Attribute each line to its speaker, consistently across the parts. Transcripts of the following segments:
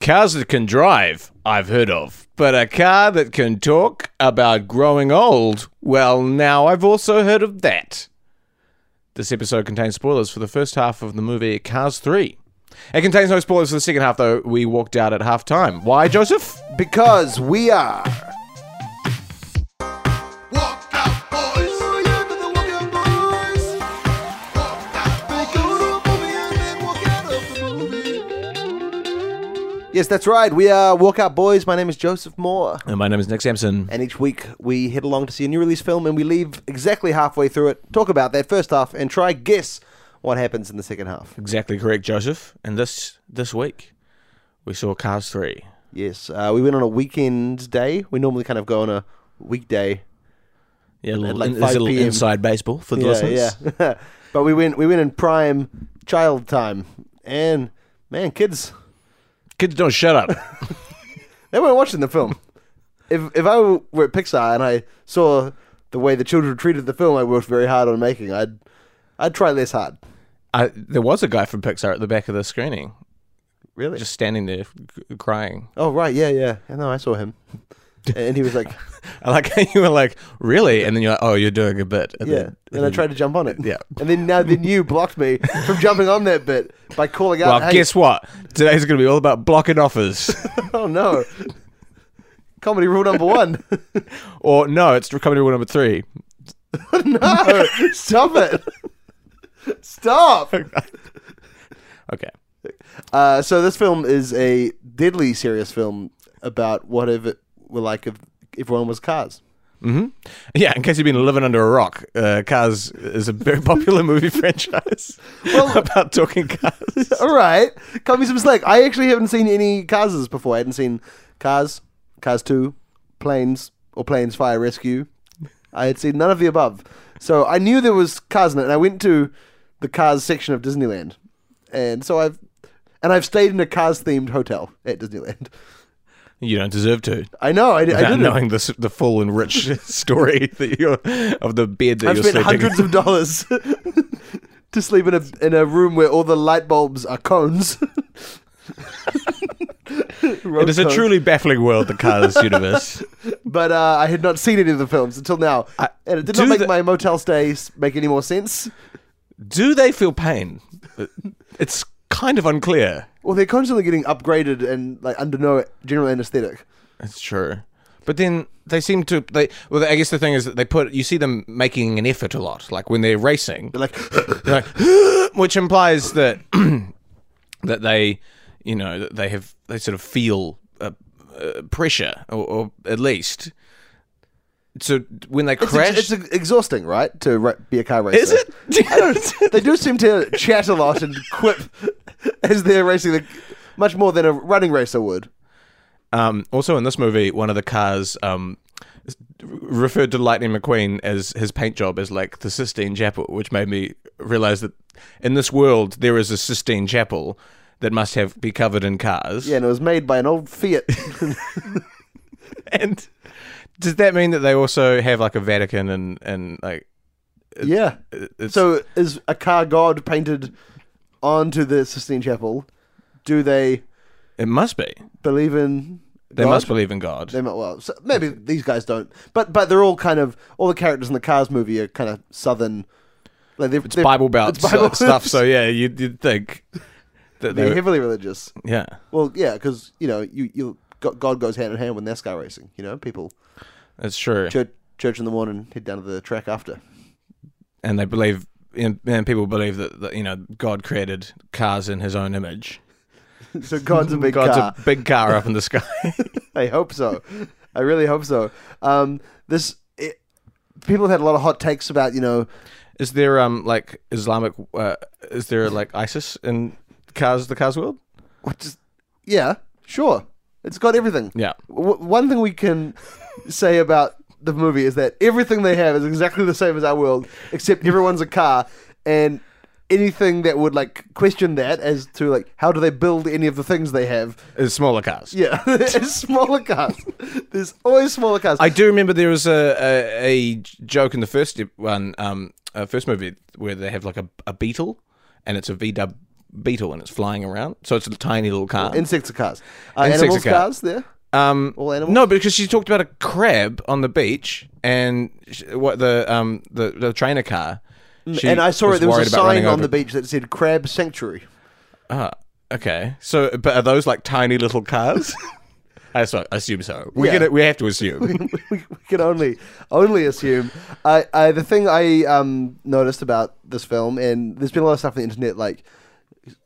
Speaker 1: Cars that can drive, I've heard of. But a car that can talk about growing old, well, now I've also heard of that. This episode contains spoilers for the first half of the movie Cars 3. It contains no spoilers for the second half, though we walked out at half time. Why, Joseph?
Speaker 2: Because we are.
Speaker 3: Walk out boys. Ooh, yeah, they're the walk out boys. Walk out boys. They go to a movie and then walk out of the movie.
Speaker 2: Yes, that's right. We are Walkout Boys. My name is Joseph Moore.
Speaker 1: And my name is Nick Sampson.
Speaker 2: And each week we head along to see a new release film and we leave exactly halfway through it, talk about that first half, and try guess what happens in the second half.
Speaker 1: Exactly correct, Joseph. And this this week, we saw Cars 3.
Speaker 2: Yes, uh, we went on a weekend day. We normally kind of go on a weekday.
Speaker 1: Yeah,
Speaker 2: At
Speaker 1: little,
Speaker 2: like
Speaker 1: in- there's a
Speaker 2: 5
Speaker 1: little
Speaker 2: PM.
Speaker 1: inside baseball for the listeners.
Speaker 2: Yeah, yeah. but we went we went in prime child time, and man, kids
Speaker 1: Kids don't shut up.
Speaker 2: they weren't watching the film. if if I were at Pixar and I saw the way the children treated the film, I worked very hard on making. I'd I'd try less hard.
Speaker 1: I, there was a guy from Pixar at the back of the screening,
Speaker 2: Really?
Speaker 1: just standing there c- crying.
Speaker 2: oh right, yeah, yeah. I know I saw him, and he was like,
Speaker 1: I like how you were like, really? And then you're like, oh, you're doing a bit. And
Speaker 2: yeah.
Speaker 1: then-
Speaker 2: And I tried to jump on it.
Speaker 1: Yeah.
Speaker 2: And then now then you blocked me from jumping on that bit by calling
Speaker 1: Well,
Speaker 2: out. hey,
Speaker 1: guess what? Today's going to be all about blocking offers.
Speaker 2: Oh no. Comedy rule number one.
Speaker 1: or no, it's coming to rule number three.
Speaker 2: No, stop it. Stop.
Speaker 1: Okay.
Speaker 2: Uh, so this film is a deadly serious film about what if it were like if everyone was cars.
Speaker 1: Yeah, in case you've been living under a rock, uh, Cars is a very popular movie franchise
Speaker 2: Well-
Speaker 1: about talking cars.
Speaker 2: All right, cut me some slack. I actually haven't seen any cars before. I hadn't seen Cars, Cars Two, Planes or Planes Fire Rescue. I had seen none of the above, so I knew there was cars in it, and I went to the Cars section of Disneyland, and so I've and I've stayed in a Cars themed hotel at Disneyland.
Speaker 1: You don't deserve to.
Speaker 2: I know, I, I
Speaker 1: Without
Speaker 2: didn't.
Speaker 1: knowing the, s- the full and rich story that you're, of the bed that
Speaker 2: I've
Speaker 1: you're
Speaker 2: spent
Speaker 1: sleeping in.
Speaker 2: hundreds of dollars to sleep in a in a room where all the light bulbs are cones.
Speaker 1: It is a truly baffling world, the Cars universe.
Speaker 2: but uh, I had not seen any of the films until now,
Speaker 1: I-
Speaker 2: and it did
Speaker 1: do
Speaker 2: not make
Speaker 1: the-
Speaker 2: my motel stays make any more sense.
Speaker 1: Do they feel pain? Uh, It's kind of unclear.
Speaker 2: Well, they're constantly getting upgraded and like under no general anesthetic.
Speaker 1: It's true. But then they seem to they well I guess the thing is that they put you see them making an effort a lot like when they're racing
Speaker 2: They're like,
Speaker 1: they're like, which implies that that they you know that they have they sort of feel uh, uh, pressure or, or at least so when they
Speaker 2: it's,
Speaker 1: crash
Speaker 2: ex- it's ex- exhausting, right? To ra- be a car racer,
Speaker 1: is it
Speaker 2: I don't. They do seem to chat a lot and quip as they're racing, the, much more than a running racer would.
Speaker 1: Um, also, in this movie, one of the cars um, s- referred to Lightning McQueen as his paint job as like the Sistine Chapel, which made me realize that in this world there is a Sistine Chapel that must have be covered in cars.
Speaker 2: Yeah, and it was made by an old Fiat.
Speaker 1: And does that mean that they also have like a Vatican and and like
Speaker 2: yeah.
Speaker 1: it's,
Speaker 2: So is a car god painted onto the Sistine Chapel? Do they
Speaker 1: it must be
Speaker 2: believe in?
Speaker 1: they
Speaker 2: God?
Speaker 1: must believe in God.
Speaker 2: They might, well, so maybe these guys don't, but but they're all kind of all the characters in the Cars movie are kind of southern, like they're,
Speaker 1: it's Bible Belt
Speaker 2: it's Bible-
Speaker 1: stuff. So yeah, you'd, you'd think that
Speaker 2: they're
Speaker 1: they
Speaker 2: heavily religious.
Speaker 1: yeah.
Speaker 2: Well, yeah, because you know you you go- God goes hand in hand with NASCAR racing. You know, people
Speaker 1: That's true.
Speaker 2: church church in the morning, head down to the track after.
Speaker 1: and they believe and, and people believe that, that you know God created cars in His own image.
Speaker 2: So God's a big
Speaker 1: God's
Speaker 2: car.
Speaker 1: a big car up in the sky.
Speaker 2: I hope so. I really hope so. Um, this it, people have had a lot of hot takes about you know
Speaker 1: is there um like Islamic? Uh, is there like ISIS in cars? The cars world?
Speaker 2: what just yeah sure it's got everything.
Speaker 1: Yeah.
Speaker 2: W- one thing we can say about the movie is that everything they have is exactly the same as our world, except everyone's a car and. Anything that would like question that as to like how do they build any of the things they have?
Speaker 1: Is smaller cars?
Speaker 2: Yeah, it's smaller cars. There's always smaller cars.
Speaker 1: I do remember there was a, a, a joke in the first one, um, uh, first movie where they have like a, a beetle, and it's a VW beetle and it's flying around. So it's a tiny little car.
Speaker 2: Insects are cars. Uh,
Speaker 1: Insects are
Speaker 2: animals
Speaker 1: cars.
Speaker 2: cars there?
Speaker 1: Um,
Speaker 2: All animals?
Speaker 1: no, because she talked about a crab on the beach and sh what the um the, the trainer car. She
Speaker 2: Mm, and I saw
Speaker 1: was
Speaker 2: it. There was
Speaker 1: worried
Speaker 2: a
Speaker 1: about running
Speaker 2: sign on
Speaker 1: over-
Speaker 2: the beach that said crab sanctuary.
Speaker 1: Ah, okay. So, but are those like tiny little cars? I so- assume so. We
Speaker 2: Yeah.
Speaker 1: get it. We have to assume.
Speaker 2: we, we can only only assume. I, I the thing I um, noticed about this film, and there's been a lot of stuff on the internet like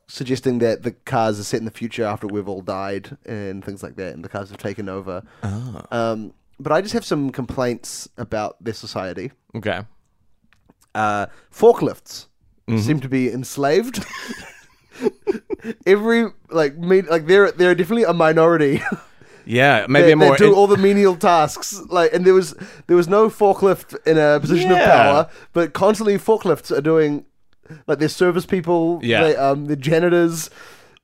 Speaker 2: suggesting that the cars are set in the future after we've all died and things like that, and the cars have taken over. Um, but I just have some complaints about their society.
Speaker 1: okay.
Speaker 2: Uh, forklifts seem to be enslaved. Every like me like they're they're definitely a minority.
Speaker 1: Yeah, maybe
Speaker 2: They-
Speaker 1: a more
Speaker 2: they do
Speaker 1: in-
Speaker 2: all the menial tasks. Like, and there was there was no forklift in a position of
Speaker 1: Yeah.
Speaker 2: power, but constantly forklifts are doing like they're service people.
Speaker 1: Yeah.
Speaker 2: they, um, the janitors.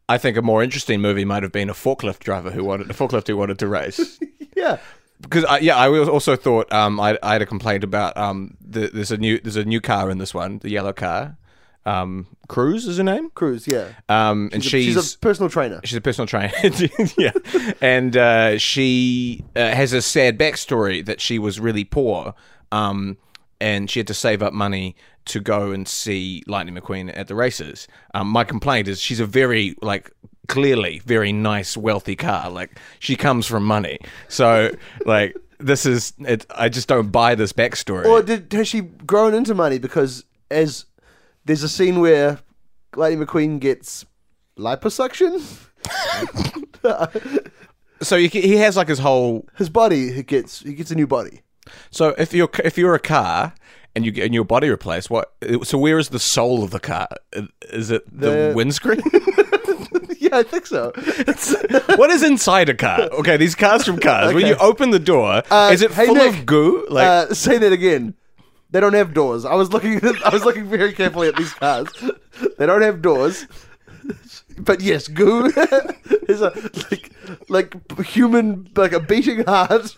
Speaker 1: I think a more interesting movie might have been a forklift driver who wanted a forklift who wanted to race.
Speaker 2: Yeah,
Speaker 1: Because I, yeah, I was- also thought um, I, I had a complaint about um, the, there's a new there's a new car in this one, the yellow car. Um, Cruz is her name.
Speaker 2: Cruz. Yeah,
Speaker 1: Um, and she's
Speaker 2: she's a personal trainer.
Speaker 1: She's a personal trainer. yeah. And uh, she uh, has a sad backstory that she was really poor um, and she had to save up money to go and see Lightning McQueen at the races. Um, my complaint is she's a very, like, clearly very nice, wealthy car. Like, she comes from money. So, like, this is, it, I just don't buy this backstory.
Speaker 2: Or did has she grown into money? Because as there's a scene where Lady McQueen gets liposuction.
Speaker 1: so you, ca- he has, like, his whole
Speaker 2: His body he gets he gets a new body.
Speaker 1: So if you're if you're a car and you get and your body replaced, what? So where is the soul of the car? Is it the,
Speaker 2: The-
Speaker 1: windscreen?
Speaker 2: yeah, I think so. It's-
Speaker 1: what is inside a car? Okay, these cars from cars. When you
Speaker 2: Okay.
Speaker 1: open the door,
Speaker 2: Uh,
Speaker 1: is it
Speaker 2: hey,
Speaker 1: full
Speaker 2: Nick,
Speaker 1: of goo? Like
Speaker 2: uh, say that again. They don't have doors. I was looking. I was looking very carefully at these cars. They don't have doors. But yes, goo is a like like human like a beating heart.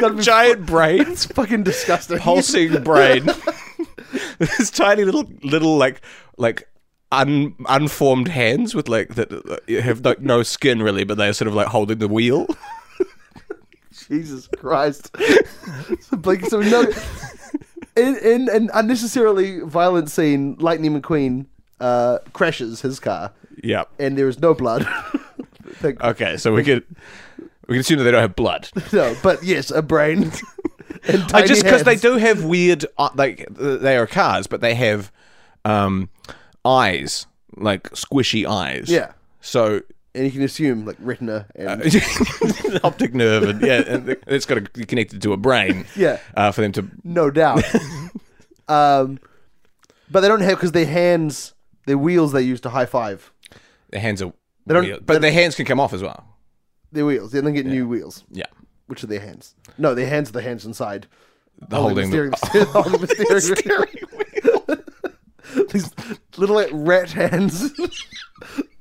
Speaker 2: gotta be-
Speaker 1: giant brain,
Speaker 2: It's fucking disgusting.
Speaker 1: pulsing brain. this tiny little little like like. Un, unformed hands with like that uh, have like no skin really, but they're sort of like holding the wheel.
Speaker 2: Jesus Christ. So Blink- so no, in, in an unnecessarily violent scene, Lightning McQueen uh, crashes his car,
Speaker 1: yeah.
Speaker 2: and there is no blood. Thank-
Speaker 1: Okay, so we could we can assume that they don't have blood.
Speaker 2: No, but yes, a brain. and
Speaker 1: I
Speaker 2: tiny
Speaker 1: just because they
Speaker 2: hands.
Speaker 1: do have weird, uh, like th- they are cars, but they have um, eyes, like squishy eyes.
Speaker 2: Yeah.
Speaker 1: So
Speaker 2: and you can assume like retina and
Speaker 1: Uh, an optic nerve, and yeah, and it's got to be connected to a brain.
Speaker 2: Yeah.
Speaker 1: Uh, for them to
Speaker 2: no doubt. um, but they don't have because their hands, their wheels they use to high five
Speaker 1: their hands are.
Speaker 2: They don't-
Speaker 1: weird.
Speaker 2: they
Speaker 1: but their hands can come off as well.
Speaker 2: their wheels. They then get new wheels,
Speaker 1: Yeah.
Speaker 2: which are their hands. No, their hands are the hands inside.
Speaker 1: The holding,
Speaker 2: the steering, holding the steering wheel. These little like rat hands,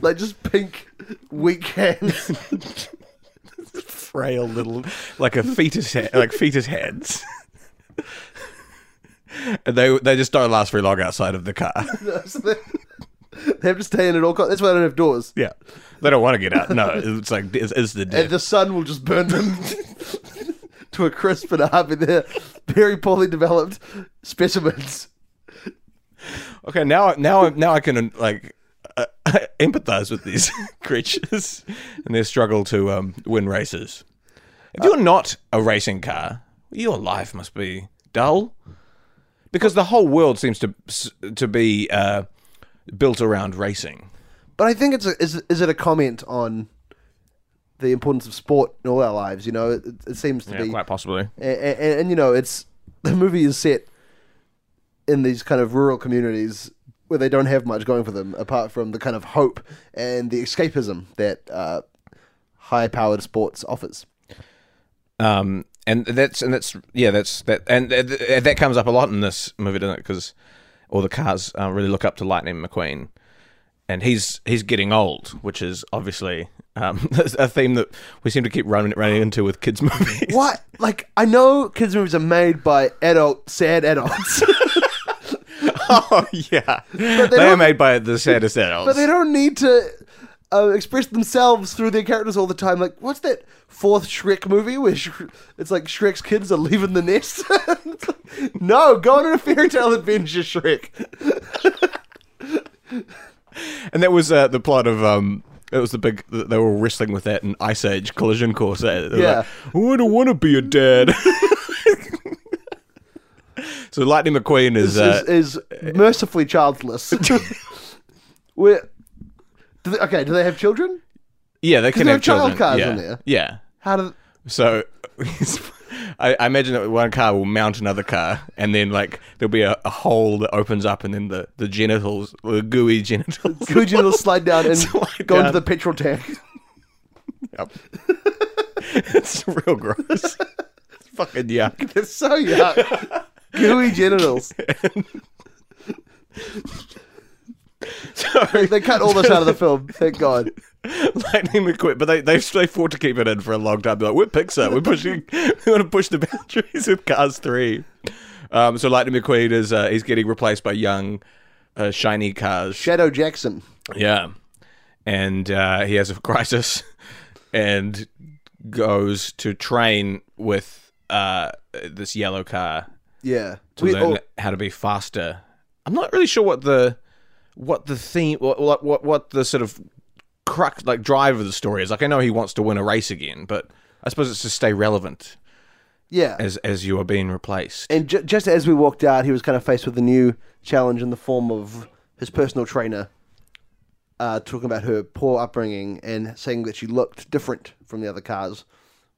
Speaker 2: like just pink, weak hands.
Speaker 1: frail little, like a fetus, ha- like fetus hands. and they they just don't last very long outside of the car.
Speaker 2: So they they have to stay in at all costs. That's why they don't have doors.
Speaker 1: Yeah, they don't want to get out. No, it's like it's, it's the
Speaker 2: and
Speaker 1: death.
Speaker 2: the sun will just burn them to a crisp and half in their very poorly developed specimens.
Speaker 1: Okay, now now now I can like uh, empathize with these creatures and their struggle to um, win races. If you're not a racing car, your life must be dull, because the whole world seems to to be uh, built around racing.
Speaker 2: But I think it's a, is is it a comment on the importance of sport in all our lives? You know, it, it seems to be,
Speaker 1: possibly.
Speaker 2: and, and, and you know, it's the movie is set in these kind of rural communities where they don't have much going for them apart from the kind of hope and the escapism that uh, high-powered sports offers.
Speaker 1: Um, and that's and that's yeah, that's that and th- th- that comes up a lot in this movie, doesn't it? Because all the cars uh, really look up to Lightning McQueen, and he's he's getting old, which is obviously um, a theme that we seem to keep running running into with kids movies.
Speaker 2: What? Like, I know kids' movies are made by adult, sad adults.
Speaker 1: oh yeah, they, are
Speaker 2: don't-
Speaker 1: made by the saddest adults.
Speaker 2: But they don't need to uh, express themselves through their characters all the time. Like, what's that fourth Shrek movie where Sh- it's like Shrek's kids are leaving the nest? It's like, no, go on a fairy tale adventure, Shrek.
Speaker 1: And that was uh, the plot of um. It was the big. They were wrestling with that in Ice Age Collision Course. They were
Speaker 2: Yeah.
Speaker 1: Like, oh, I don't want to be a dad. so Lightning McQueen is. Uh,
Speaker 2: Is, is mercifully childless. where, do they, okay, do they have children?
Speaker 1: yeah, they can
Speaker 2: there
Speaker 1: have
Speaker 2: are child
Speaker 1: children.
Speaker 2: cars
Speaker 1: yeah.
Speaker 2: in there.
Speaker 1: Yeah.
Speaker 2: How do
Speaker 1: So. I, I imagine that one car will mount another car, and then like there'll be a, a hole that opens up, and then the, the genitals, the gooey genitals,
Speaker 2: Guji will slide down and
Speaker 1: Slide
Speaker 2: go
Speaker 1: down.
Speaker 2: into the petrol tank?
Speaker 1: Yep. it's real gross. It's fucking yuck.
Speaker 2: They're so young. Gooey genitals.
Speaker 1: Sorry.
Speaker 2: They cut all this out of the film. Thank God.
Speaker 1: Lightning McQueen, but they they they fought to keep it in for a long time. They're like we're Pixar, we're pushing, we want to push the boundaries with Cars Three. Um, so Lightning McQueen is uh, he's getting replaced by young, uh, shiny cars.
Speaker 2: Shadow Jackson.
Speaker 1: Yeah, and uh, he has a crisis, and goes to train with uh, this yellow car
Speaker 2: Yeah.
Speaker 1: to
Speaker 2: We-
Speaker 1: learn
Speaker 2: oh,
Speaker 1: how to be faster. I'm not really sure what the what the theme what what what, what the sort of crux like drive of the story is. Like I know he wants to win a race again, but I suppose it's to stay relevant
Speaker 2: yeah.
Speaker 1: as as you are being replaced.
Speaker 2: and ju- just as we walked out, he was kind of faced with a new challenge in the form of his personal trainer uh, talking about her poor upbringing and saying that she looked different from the other cars,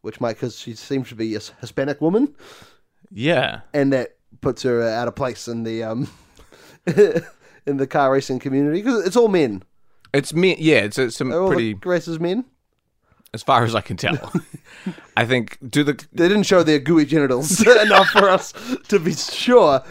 Speaker 2: which might because she seems to be a Hispanic woman,
Speaker 1: yeah.
Speaker 2: and that puts her uh, out of place in the um, in the car racing community because it's all men.
Speaker 1: It's me yeah, it's it's some
Speaker 2: Are all
Speaker 1: pretty
Speaker 2: Oh, the races men.
Speaker 1: as far as I can tell. I think do the
Speaker 2: They didn't show their gooey genitals enough for us to be sure.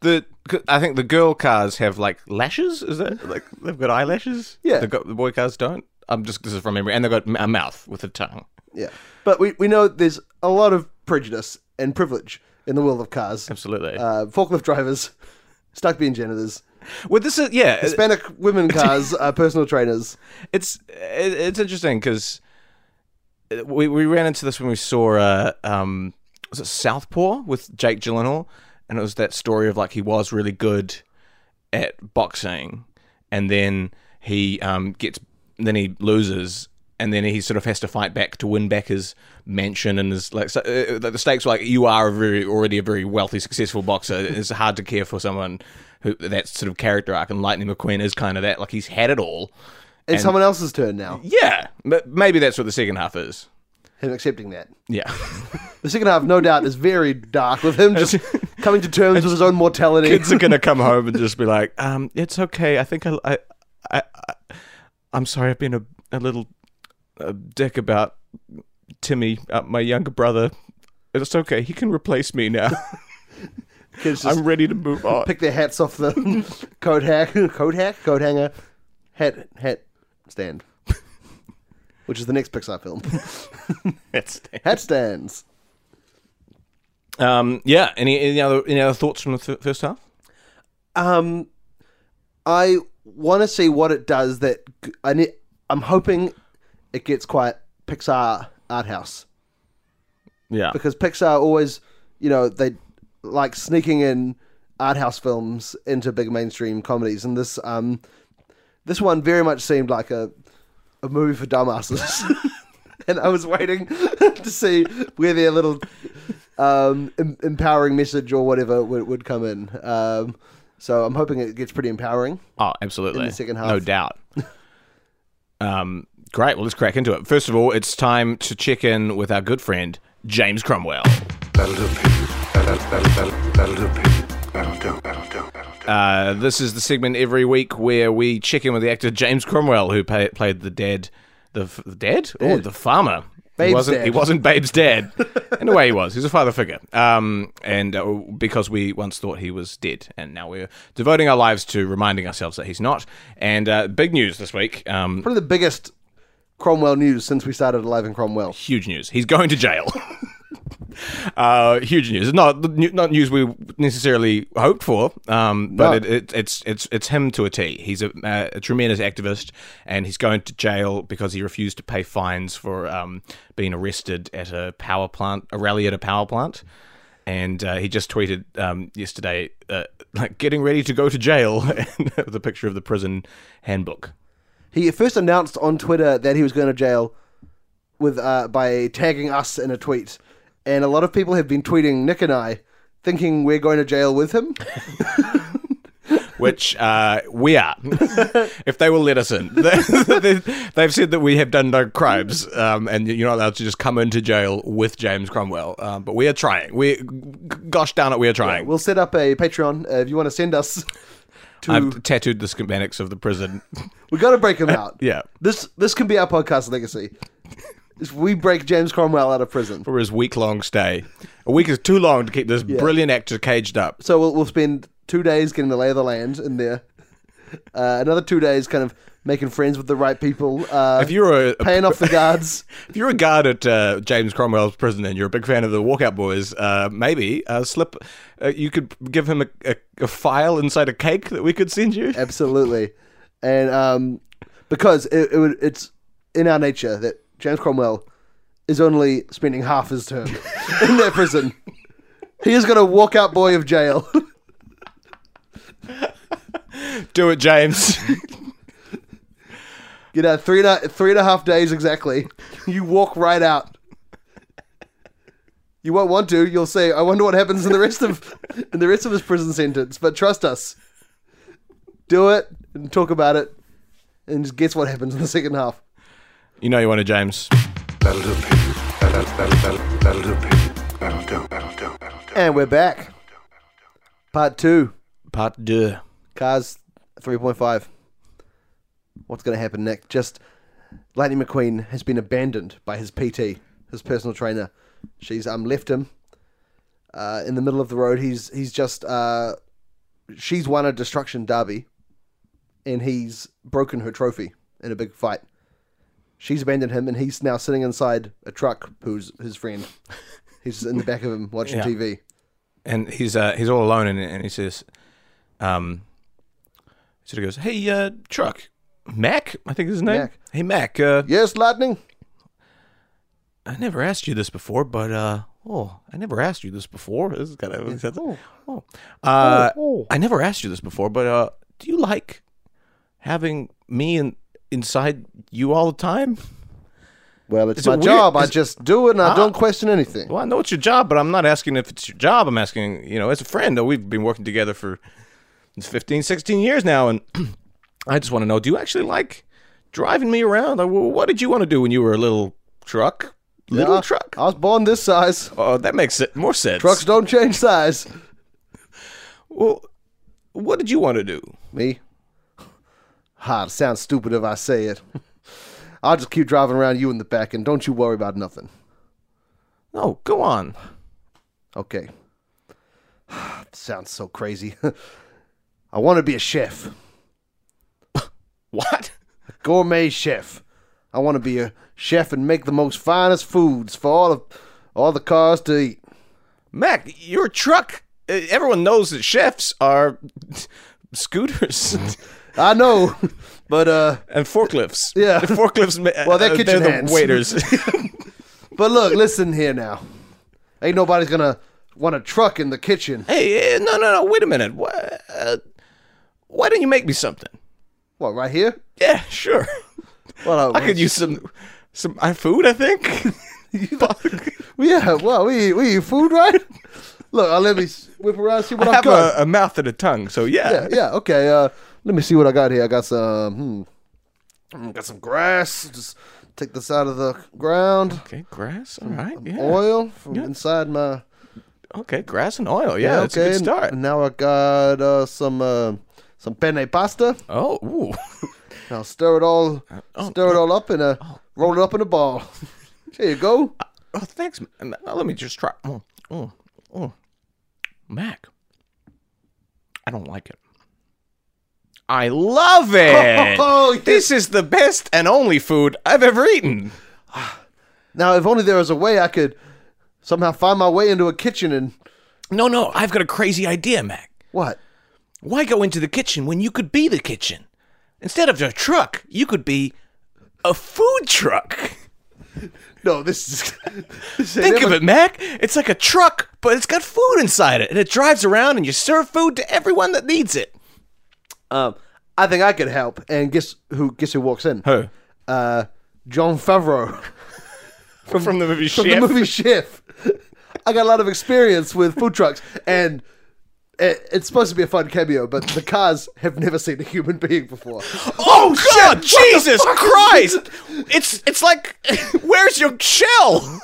Speaker 1: the I think the girl cars have like lashes, is that? Like they've got eyelashes?
Speaker 2: Yeah.
Speaker 1: The, go- the boy cars don't. I'm just this is from memory and they've got a mouth with a tongue.
Speaker 2: Yeah. But we, we know there's a lot of prejudice and privilege in the world of cars.
Speaker 1: Absolutely.
Speaker 2: Uh, forklift drivers, stuck being janitors,
Speaker 1: well, this is yeah.
Speaker 2: Hispanic women cars are personal trainers.
Speaker 1: it's it, it's interesting because we we ran into this when we saw uh, um was it Southpaw with Jake Gyllenhaal, and it was that story of like he was really good at boxing, and then he um gets then he loses. And then he sort of has to fight back to win back his mansion and his like. So, uh, uh, the stakes were like you are a very, already a very wealthy, successful boxer. It's hard to care for someone who that sort of character arc. And Lightning McQueen is kind of that. Like he's had it all,
Speaker 2: It's someone else's turn now.
Speaker 1: yeah, but maybe that's what the second half is.
Speaker 2: Him accepting that.
Speaker 1: Yeah,
Speaker 2: The second half, no doubt, is very dark with him just coming to terms with his own mortality.
Speaker 1: kids are gonna come home and just be like, um, "It's okay. I think I, I, I, I I'm sorry. I've been a, a little a dick about Timmy, uh, my younger brother. It's okay. He can replace me now.
Speaker 2: Kids just
Speaker 1: I'm ready to move on."
Speaker 2: pick their hats off the coat hack, coat hack, coat hanger, hat, hat stand, which is the next Pixar film.
Speaker 1: That's-
Speaker 2: hat stands.
Speaker 1: um, yeah. Any any other any other thoughts from the th- first half?
Speaker 2: Um, I want to see what it does. That I ne- I'm hoping it gets quite Pixar art house
Speaker 1: Yeah.
Speaker 2: because Pixar always, you know, they like sneaking in art house films into big mainstream comedies, and this um, this one very much seemed like a a movie for dumbasses. And I was waiting to see where their little um, em- empowering message or whatever would, would come in. Um, so I'm hoping it gets pretty empowering.
Speaker 1: Oh, absolutely.
Speaker 2: in the second
Speaker 1: No
Speaker 2: half.
Speaker 1: doubt. um, great. Well, let's crack into it. First of all, it's time to check in with our good friend, James Cromwell.
Speaker 4: That'll do, baby. That'll, that'll, that'll, that'll do, baby. That'll do, that'll do, that'll do.
Speaker 1: Uh, this is the segment every week where we check in with the actor James Cromwell, who pa played the dad, the f- dad, oh, the farmer. he
Speaker 2: Babe's
Speaker 1: wasn't. He
Speaker 2: dad.
Speaker 1: wasn't Babe's dad. In a way, he was. He's a father figure. Um, and uh, because we once thought he was dead, and now we're devoting our lives to reminding ourselves that he's not. And uh, big news this week. Um,
Speaker 2: Probably the biggest Cromwell news since we started Alive in Cromwell.
Speaker 1: huge news. He's going to jail. Uh, huge news. It's Not not news we necessarily hoped for, um, but
Speaker 2: No.
Speaker 1: it, it, it's it's it's him to a T. He's a, uh, a tremendous activist, and he's going to jail because he refused to pay fines for um, being arrested at a power plant, a rally at a power plant. And uh, he just tweeted um, yesterday, uh, like getting ready to go to jail, and with a picture of the prison handbook.
Speaker 2: He first announced on Twitter that he was going to jail with uh, by tagging us in a tweet, and a lot of people have been tweeting Nick and I, thinking we're going to jail with him.
Speaker 1: which uh, we are, if they will let us in. They- They've said that we have done no crimes, um, and you're not allowed to just come into jail with James Cromwell. Um, but we are trying. We, g- gosh darn it, we are trying.
Speaker 2: We'll set up a Patreon uh, if you want to send us. To
Speaker 1: I've tattooed the schematics of the prison.
Speaker 2: we got to break him out.
Speaker 1: yeah.
Speaker 2: this this can be our podcast legacy. Is we break James Cromwell out of prison.
Speaker 1: For his week long stay. A week is too long to keep this brilliant actor caged up.
Speaker 2: So we'll, we'll spend two days getting the lay of the land in there. Uh, another two days, kind of making friends with the right people. Uh,
Speaker 1: If you're a,
Speaker 2: paying off the guards.
Speaker 1: if you're a guard at uh, James Cromwell's prison and you're a big fan of the Walkout Boys, uh, maybe uh, slip. Uh, you could give him a, a, a file inside a cake that we could send you.
Speaker 2: Absolutely. And um, because it, it would, it's in our nature that James Cromwell is only spending half his term in that prison. He is going to walk out boy of jail.
Speaker 1: Do it, James.
Speaker 2: Get out three and a, three and a half days exactly. You walk right out. You won't want to. You'll say, "I wonder what happens in the rest of in the rest of his prison sentence." But trust us, do it and talk about it, and just guess what happens in the second half.
Speaker 1: you know you want a James.
Speaker 4: That'll do, baby. That'll, that'll, that'll, that'll do, baby. That'll do, that'll do, that'll do.
Speaker 2: And we're back. Part two,
Speaker 1: Part deux.
Speaker 2: Cars 3.5. What's going to happen, Nick? Just Lightning McQueen has been abandoned by his PT, his personal trainer. She's um left him uh, in the middle of the road. He's he's just uh, she's won a destruction derby, and he's broken her trophy in a big fight. She's abandoned him, and he's now sitting inside a truck. Who's his friend? He's in the back of him watching
Speaker 1: Yeah.
Speaker 2: TV.
Speaker 1: And he's uh, he's all alone and, and he says, um, he sort of goes, hey, uh, truck, Mac, I think is his name.
Speaker 2: Mac.
Speaker 1: Hey, Mac, uh,
Speaker 2: Yes, Lightning.
Speaker 1: I never asked you this before, but uh, oh, I never asked you this before. This is kind of oh, Uh, I never asked you this before, but uh, do you like having me in, inside you all the time?
Speaker 2: Well, it's
Speaker 1: Is it Ah.
Speaker 2: my
Speaker 1: weird-
Speaker 2: job. I
Speaker 1: is-
Speaker 2: just do it and I don't question anything.
Speaker 1: Well, I know it's your job, but I'm not asking if it's your job. I'm asking, you know, as a friend, though we've been working together for 15, 16 years now, and I just want to know, do you actually like driving me around? Like, wh- what did you want to do when you were a little truck? Little
Speaker 2: I,
Speaker 1: truck?
Speaker 2: I was born this size.
Speaker 1: Oh, that makes it more sense.
Speaker 2: Trucks don't change size.
Speaker 1: Well, what did you want to do?
Speaker 2: Me? Ha, it sounds stupid if I say it. I'll just keep driving around you in the back and don't you worry about nothing.
Speaker 1: Oh, go on.
Speaker 2: Okay. sounds so crazy. I want to be a chef,
Speaker 1: What?
Speaker 2: gourmet chef. I want to be a chef and make the most finest foods for all of all the cars to eat.
Speaker 1: Mac, you're a truck. Uh, Everyone knows that chefs are scooters
Speaker 2: I know, but uh
Speaker 1: and forklifts.
Speaker 2: Yeah.
Speaker 1: Forklifts, ma-
Speaker 2: Well, they're
Speaker 1: uh,
Speaker 2: kitchen
Speaker 1: they're
Speaker 2: hands.
Speaker 1: the waiters.
Speaker 2: But look, listen here now. Ain't nobody's gonna want a truck in the kitchen.
Speaker 1: Hey, eh, no, no, no! Wait a minute. Why, uh, why don't you make me something?
Speaker 2: What, right here?
Speaker 1: Yeah, sure.
Speaker 2: Well, uh,
Speaker 1: I could use some, some uh, food. I think.
Speaker 2: Yeah, well, we we eat food, right? look, uh, let me s- whip around see what
Speaker 1: I
Speaker 2: I,
Speaker 1: have a, uh,
Speaker 2: got.
Speaker 1: a mouth and a tongue, so yeah.
Speaker 2: yeah, yeah, okay. Uh, let me see what I got here. I got some. Hmm, mm, got some grass. Just take this out of the ground.
Speaker 1: Okay, grass. All right. Yeah.
Speaker 2: Mm, Oil from inside my.
Speaker 1: Okay, grass and oil. Yeah, that's a
Speaker 2: okay.
Speaker 1: good start.
Speaker 2: And now I got uh, some uh, some penne pasta.
Speaker 1: Oh, ooh.
Speaker 2: Now stir it all, stir it all up in a, roll it up in a ball. There you go.
Speaker 1: oh, thanks. M- uh, Let me just try. Mm, mm, mm. Mac, I don't like it. I love it.
Speaker 2: Oh, yes.
Speaker 1: this is the best and only food I've ever eaten.
Speaker 2: Now, if only there was a way I could somehow find my way into a kitchen and
Speaker 1: No, no, I've got a crazy idea, Mac.
Speaker 2: what?
Speaker 1: Why go into the kitchen when you could be the kitchen? Instead of a truck, you could be a food truck.
Speaker 2: No, this is. this ain't
Speaker 1: Think
Speaker 2: ever-
Speaker 1: of it, Mac. It's like a truck, but it's got food inside it, and it drives around and you serve food to everyone that needs it.
Speaker 2: Um, I think I could help. And guess who? Guess who walks in?
Speaker 1: Who?
Speaker 2: Uh, John Favreau
Speaker 1: From, the movie
Speaker 2: from the movie Chef. I got a lot of experience with food trucks, and it, it's supposed to be a fun cameo. But the cars have never seen a human being before.
Speaker 1: Oh, God, Jesus Christ! It's it's like, where's your shell?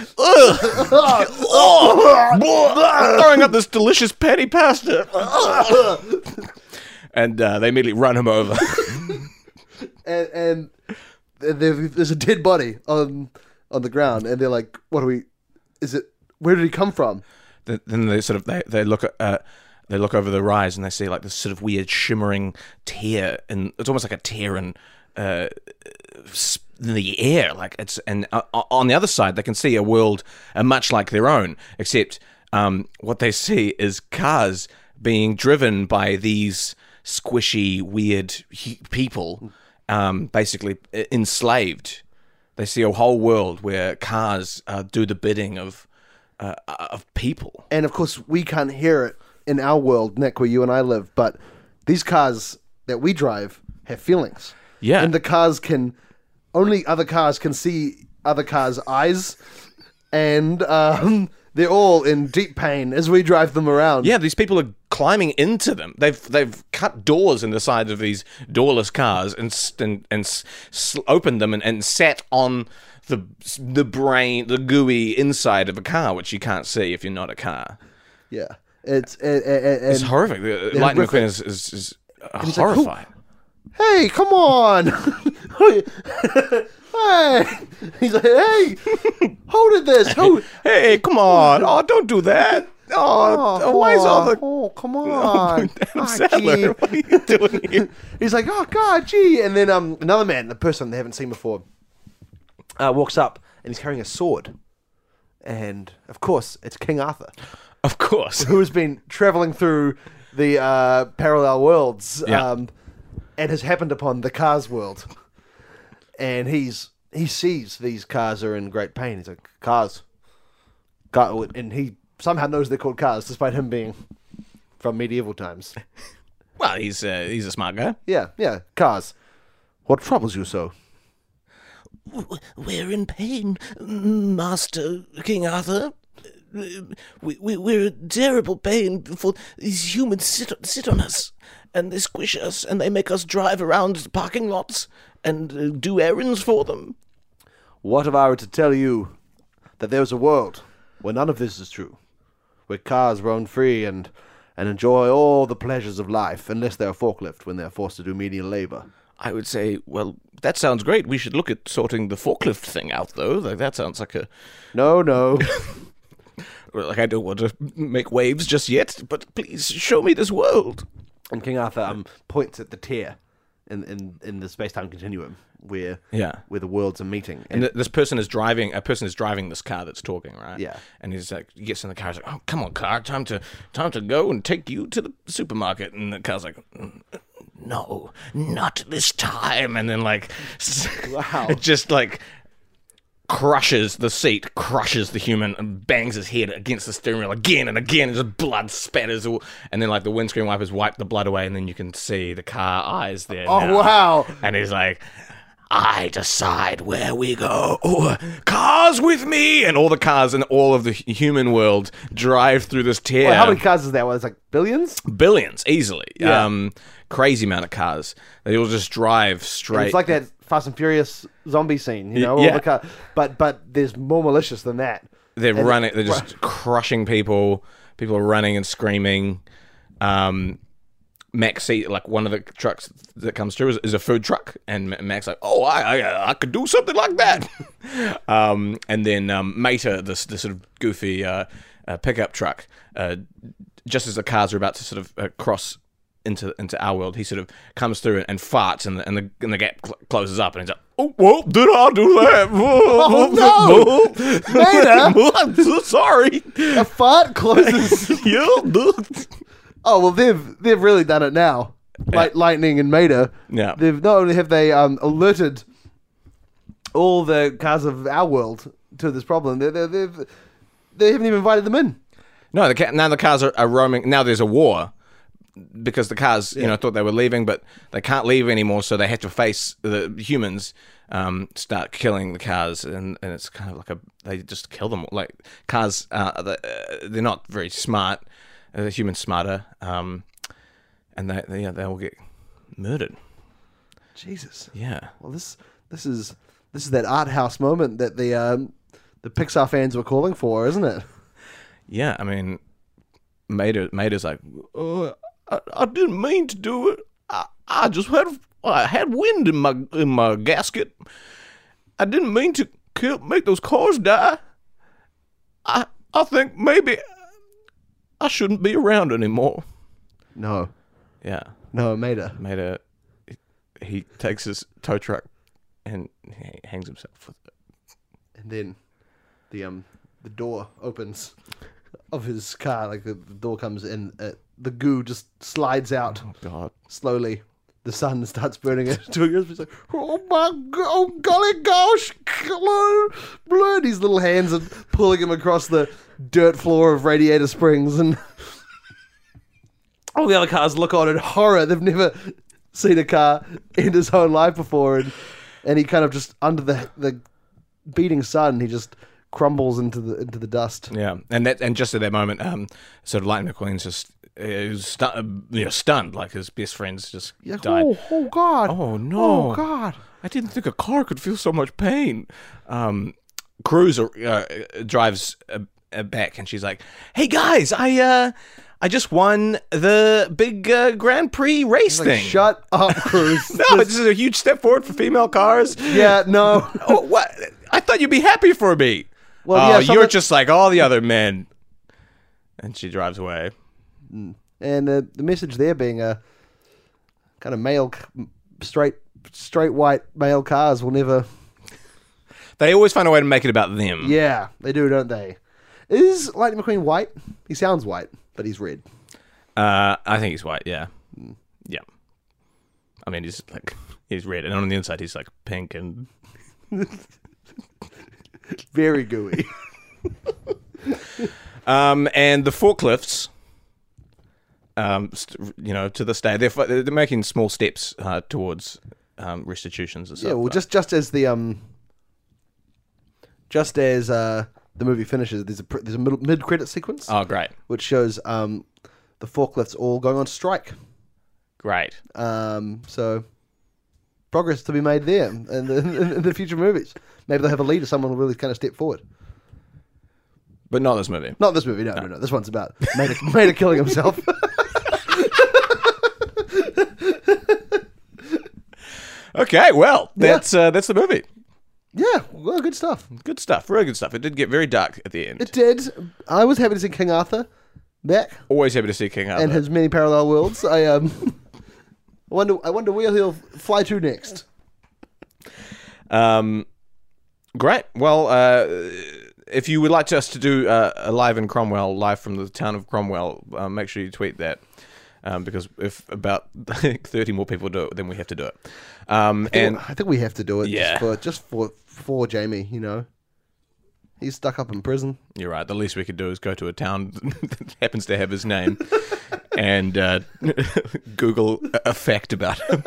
Speaker 1: Ugh. oh, Blah. throwing up this delicious patty pasta, and uh, they immediately run him over.
Speaker 2: and, and there- there's a dead body on on the ground, and they're like, "What do we? Is it? Where did he come from?"
Speaker 1: Th- then they sort of they, they look at uh, they look over the rise and they see like this sort of weird shimmering tear and it's almost like a tear in uh, s- in the air like it's and uh, o- on the other side they can see a world uh, much like their own except um, what they see is cars being driven by these squishy weird hu- people um, basically e- enslaved they see a whole world where cars uh, do the bidding of uh, of people.
Speaker 2: And of course, we can't hear it in our world, Nick, where you and I live. But these cars that we drive have feelings.
Speaker 1: Yeah.
Speaker 2: and the cars can only other cars can see other cars' eyes, and um, they're all in deep pain as we drive them around.
Speaker 1: Yeah, these people are climbing into them. They've they've cut doors in the sides of these doorless cars and s- and and s- s- opened them and, and sat on the the brain the gooey inside of a car, which you can't see if you're not a car.
Speaker 2: yeah. It's and, and,
Speaker 1: It's horrific. The- Lightning
Speaker 2: horrific.
Speaker 1: McQueen is is, is uh,
Speaker 2: he's like, "Who?"
Speaker 1: horrified.
Speaker 2: hey, come on. hey. He's like, hey, who did this? Who?
Speaker 1: hey, come on! Oh, don't do that! Oh,
Speaker 2: Oh,
Speaker 1: why is all the
Speaker 2: Oh, come on.
Speaker 1: Adam
Speaker 2: Ah,
Speaker 1: Sadler?
Speaker 2: gee.
Speaker 1: What are you doing here?
Speaker 2: He's like, oh, God, gee. And then um, another man, the person they haven't seen before, uh, walks up and he's carrying a sword. And, of course, it's King Arthur,
Speaker 1: of course.
Speaker 2: who's been traveling through the uh, parallel worlds
Speaker 1: Yeah.
Speaker 2: um, and has happened upon the Cars world. And he's he sees these cars are in great pain. He's like, Cars. Car- and he somehow knows they're called Cars, despite him being from medieval times.
Speaker 1: Well, he's uh, he's a smart guy.
Speaker 2: Yeah, yeah, cars. What troubles you so?
Speaker 1: We're in pain, Master King Arthur. We, we, we're in terrible pain for these humans sit, sit on us and they squish us and they make us drive around parking lots and uh, do errands for them.
Speaker 2: What if I were to tell you that there's a world where none of this is true, where cars roam free and and enjoy all the pleasures of life, unless they're forklift when they're forced to do menial labor.
Speaker 1: I would say, well, that sounds great. We should look at sorting the forklift thing out, though. Like, that sounds like a.
Speaker 2: No, no.
Speaker 1: well, Like, I don't want to make waves just yet, but please show me this world.
Speaker 2: and King Arthur um, points at the tear in in, in the space time continuum where
Speaker 1: Yeah.
Speaker 2: where the worlds are meeting.
Speaker 1: And th- this person is driving. A person is driving this car that's talking, right?
Speaker 2: Yeah.
Speaker 1: And he's like, he gets in the car. He's like, "Oh, come on, car, time to time to go and take you to the supermarket." And the car's like, "Mm, "No, not this time." And then like,
Speaker 2: Wow.
Speaker 1: it just like crushes the seat, crushes the human, and bangs his head against the steering wheel again and again. And just blood spatters, all, and then like the windscreen wipers wipe the blood away, and then you can see the car eyes there.
Speaker 2: oh
Speaker 1: now.
Speaker 2: wow!
Speaker 1: And he's like, I decide where we go. Oh, cars with me. And all the cars in all of the hu- human world drive through this tear.
Speaker 2: How many cars is that one? It's like billions.
Speaker 1: Billions, easily.
Speaker 2: Yeah.
Speaker 1: Um, crazy amount of cars. They all just drive straight.
Speaker 2: It's like that Fast and Furious zombie scene, you know,
Speaker 1: yeah.
Speaker 2: all the car, but but there's more malicious than that.
Speaker 1: They're
Speaker 2: and-
Speaker 1: running. They're just crushing people. People are running and screaming. Um, Max see like one of the trucks that comes through is, is a food truck, and Ma- Max like, oh, I I, I could do something like that. um, and then um, Mater, this this sort of goofy uh, uh, pickup truck, uh, just as the cars are about to sort of uh, cross into into our world, he sort of comes through and, and farts, and the, and the and the gap cl- closes up, and he's like, "Oh, whoa, did I do that?
Speaker 2: Oh,
Speaker 1: no,
Speaker 2: Maynard!
Speaker 1: I'm so sorry.
Speaker 2: A fart closes.
Speaker 1: you do-
Speaker 2: oh well, they've they've really done it now. Like lightning and Mater.
Speaker 1: Yeah.
Speaker 2: They've not only have they um, alerted all the cars of our world to this problem. They they they've they haven't even invited them in.
Speaker 1: No, the ca- now the cars are, are roaming. Now there's a war because the cars, you know, thought they were leaving, but they can't leave anymore, so they have to face the humans. Um, start killing the cars, and, and it's kind of like a they just kill them. Like cars, uh, they- uh, they're not very smart. Uh, the humans smarter, um, and they they, yeah, they all get murdered.
Speaker 2: Jesus.
Speaker 1: Yeah,
Speaker 2: Well, this this is this is that art house moment that the um, the Pixar fans were calling for, isn't it?
Speaker 1: yeah. I mean, Mater Mater's like, oh, I, I didn't mean to do it. I, I just had I had wind in my in my gasket. I didn't mean to kill, make those cars die. I I think maybe I shouldn't be around anymore.
Speaker 2: No,
Speaker 1: Yeah,
Speaker 2: no, Mater.
Speaker 1: Mater. He takes his tow truck and he hangs himself with it.
Speaker 2: And then the um the door opens of his car, like the, the door comes in, uh, the goo just slides out
Speaker 1: God.
Speaker 2: slowly. The sun starts burning it to a crisp. He's like, oh my, go- oh golly gosh, hello, blood. His little hands are pulling him across the dirt floor of Radiator Springs, and all the other cars look on in horror. They've never seen a car in his own life before, and and he kind of just under the the beating sun, he just crumbles into the into the dust.
Speaker 1: Yeah, and that and just at that moment, um, sort of Lightning McQueen's just uh, stu- uh, you know, stunned, like his best friends just
Speaker 2: He's like,
Speaker 1: died.
Speaker 2: oh, oh god,
Speaker 1: Oh, no.
Speaker 2: oh god.
Speaker 1: I didn't think a car could feel so much pain. Um, Cruz uh, uh, drives uh, uh, back, and she's like, "Hey guys, I uh, I just won the big uh, Grand Prix race
Speaker 2: Like,
Speaker 1: thing."
Speaker 2: shut up, Cruz.
Speaker 1: no, this is a huge step forward for female cars.
Speaker 2: Yeah, no.
Speaker 1: Oh, what? I thought you'd be happy for me.
Speaker 2: Well,
Speaker 1: Well,
Speaker 2: yeah,
Speaker 1: you're
Speaker 2: someone-
Speaker 1: just like all the other men. And she drives away.
Speaker 2: and the the message there being a kind of male, c- straight, straight white male cars will never.
Speaker 1: They always find a way to make it about them.
Speaker 2: Yeah, they do, don't they? Is Lightning McQueen white? He sounds white, but he's red.
Speaker 1: Uh, I think he's white. Yeah,
Speaker 2: Hmm.
Speaker 1: yeah. I mean, he's like he's red, and on the inside he's like pink and
Speaker 2: Very gooey.
Speaker 1: um and the forklifts. Um, st- you know, to this day they're fi- they're making small steps uh, towards um, restitutions and stuff.
Speaker 2: yeah, well, just just as the um, just as uh, the movie finishes, there's a pr- there's a mid credit sequence
Speaker 1: oh, great,
Speaker 2: which shows um, the forklifts all going on strike.
Speaker 1: great.
Speaker 2: Um, so progress to be made there in the, in, in the future movies. Maybe they'll have a leader, someone will really kind of step forward.
Speaker 1: But not this movie.
Speaker 2: Not this movie, no, no, no. This one's about Mater, Mater killing himself.
Speaker 1: Okay, well, that's uh, that's the movie.
Speaker 2: yeah, well, good stuff.
Speaker 1: Good stuff, really good stuff. It did get very dark at the end.
Speaker 2: It did. I was happy to see King Arthur back
Speaker 1: Always happy to see King Arthur.
Speaker 2: and his many parallel worlds. I um, I wonder, I wonder where he'll fly to next.
Speaker 1: Um, great. Well, uh, if you would like to us to do uh, a live in Cromwell, live from the town of Cromwell, uh, make sure you tweet that. Um, because if about 30 more people do it, then we have to do it. Um, and
Speaker 2: I think we have to do it
Speaker 1: Yeah.
Speaker 2: just for just for for Jamie. You know, he's stuck up in prison.
Speaker 1: you're right. The least we could do is go to a town that happens to have his name and uh, Google a fact about him.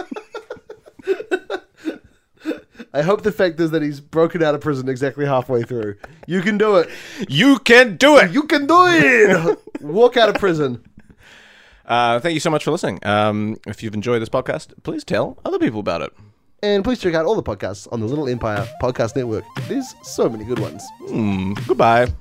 Speaker 2: I hope the fact is that he's broken out of prison exactly halfway through. You can do it.
Speaker 1: You can do it.
Speaker 2: You can do it. Walk out of prison.
Speaker 1: Uh, thank you so much for listening. Um, if you've enjoyed this podcast, please tell other people about it.
Speaker 2: And please check out all the podcasts on the Little Empire Podcast Network. There's so many good ones.
Speaker 1: Goodbye.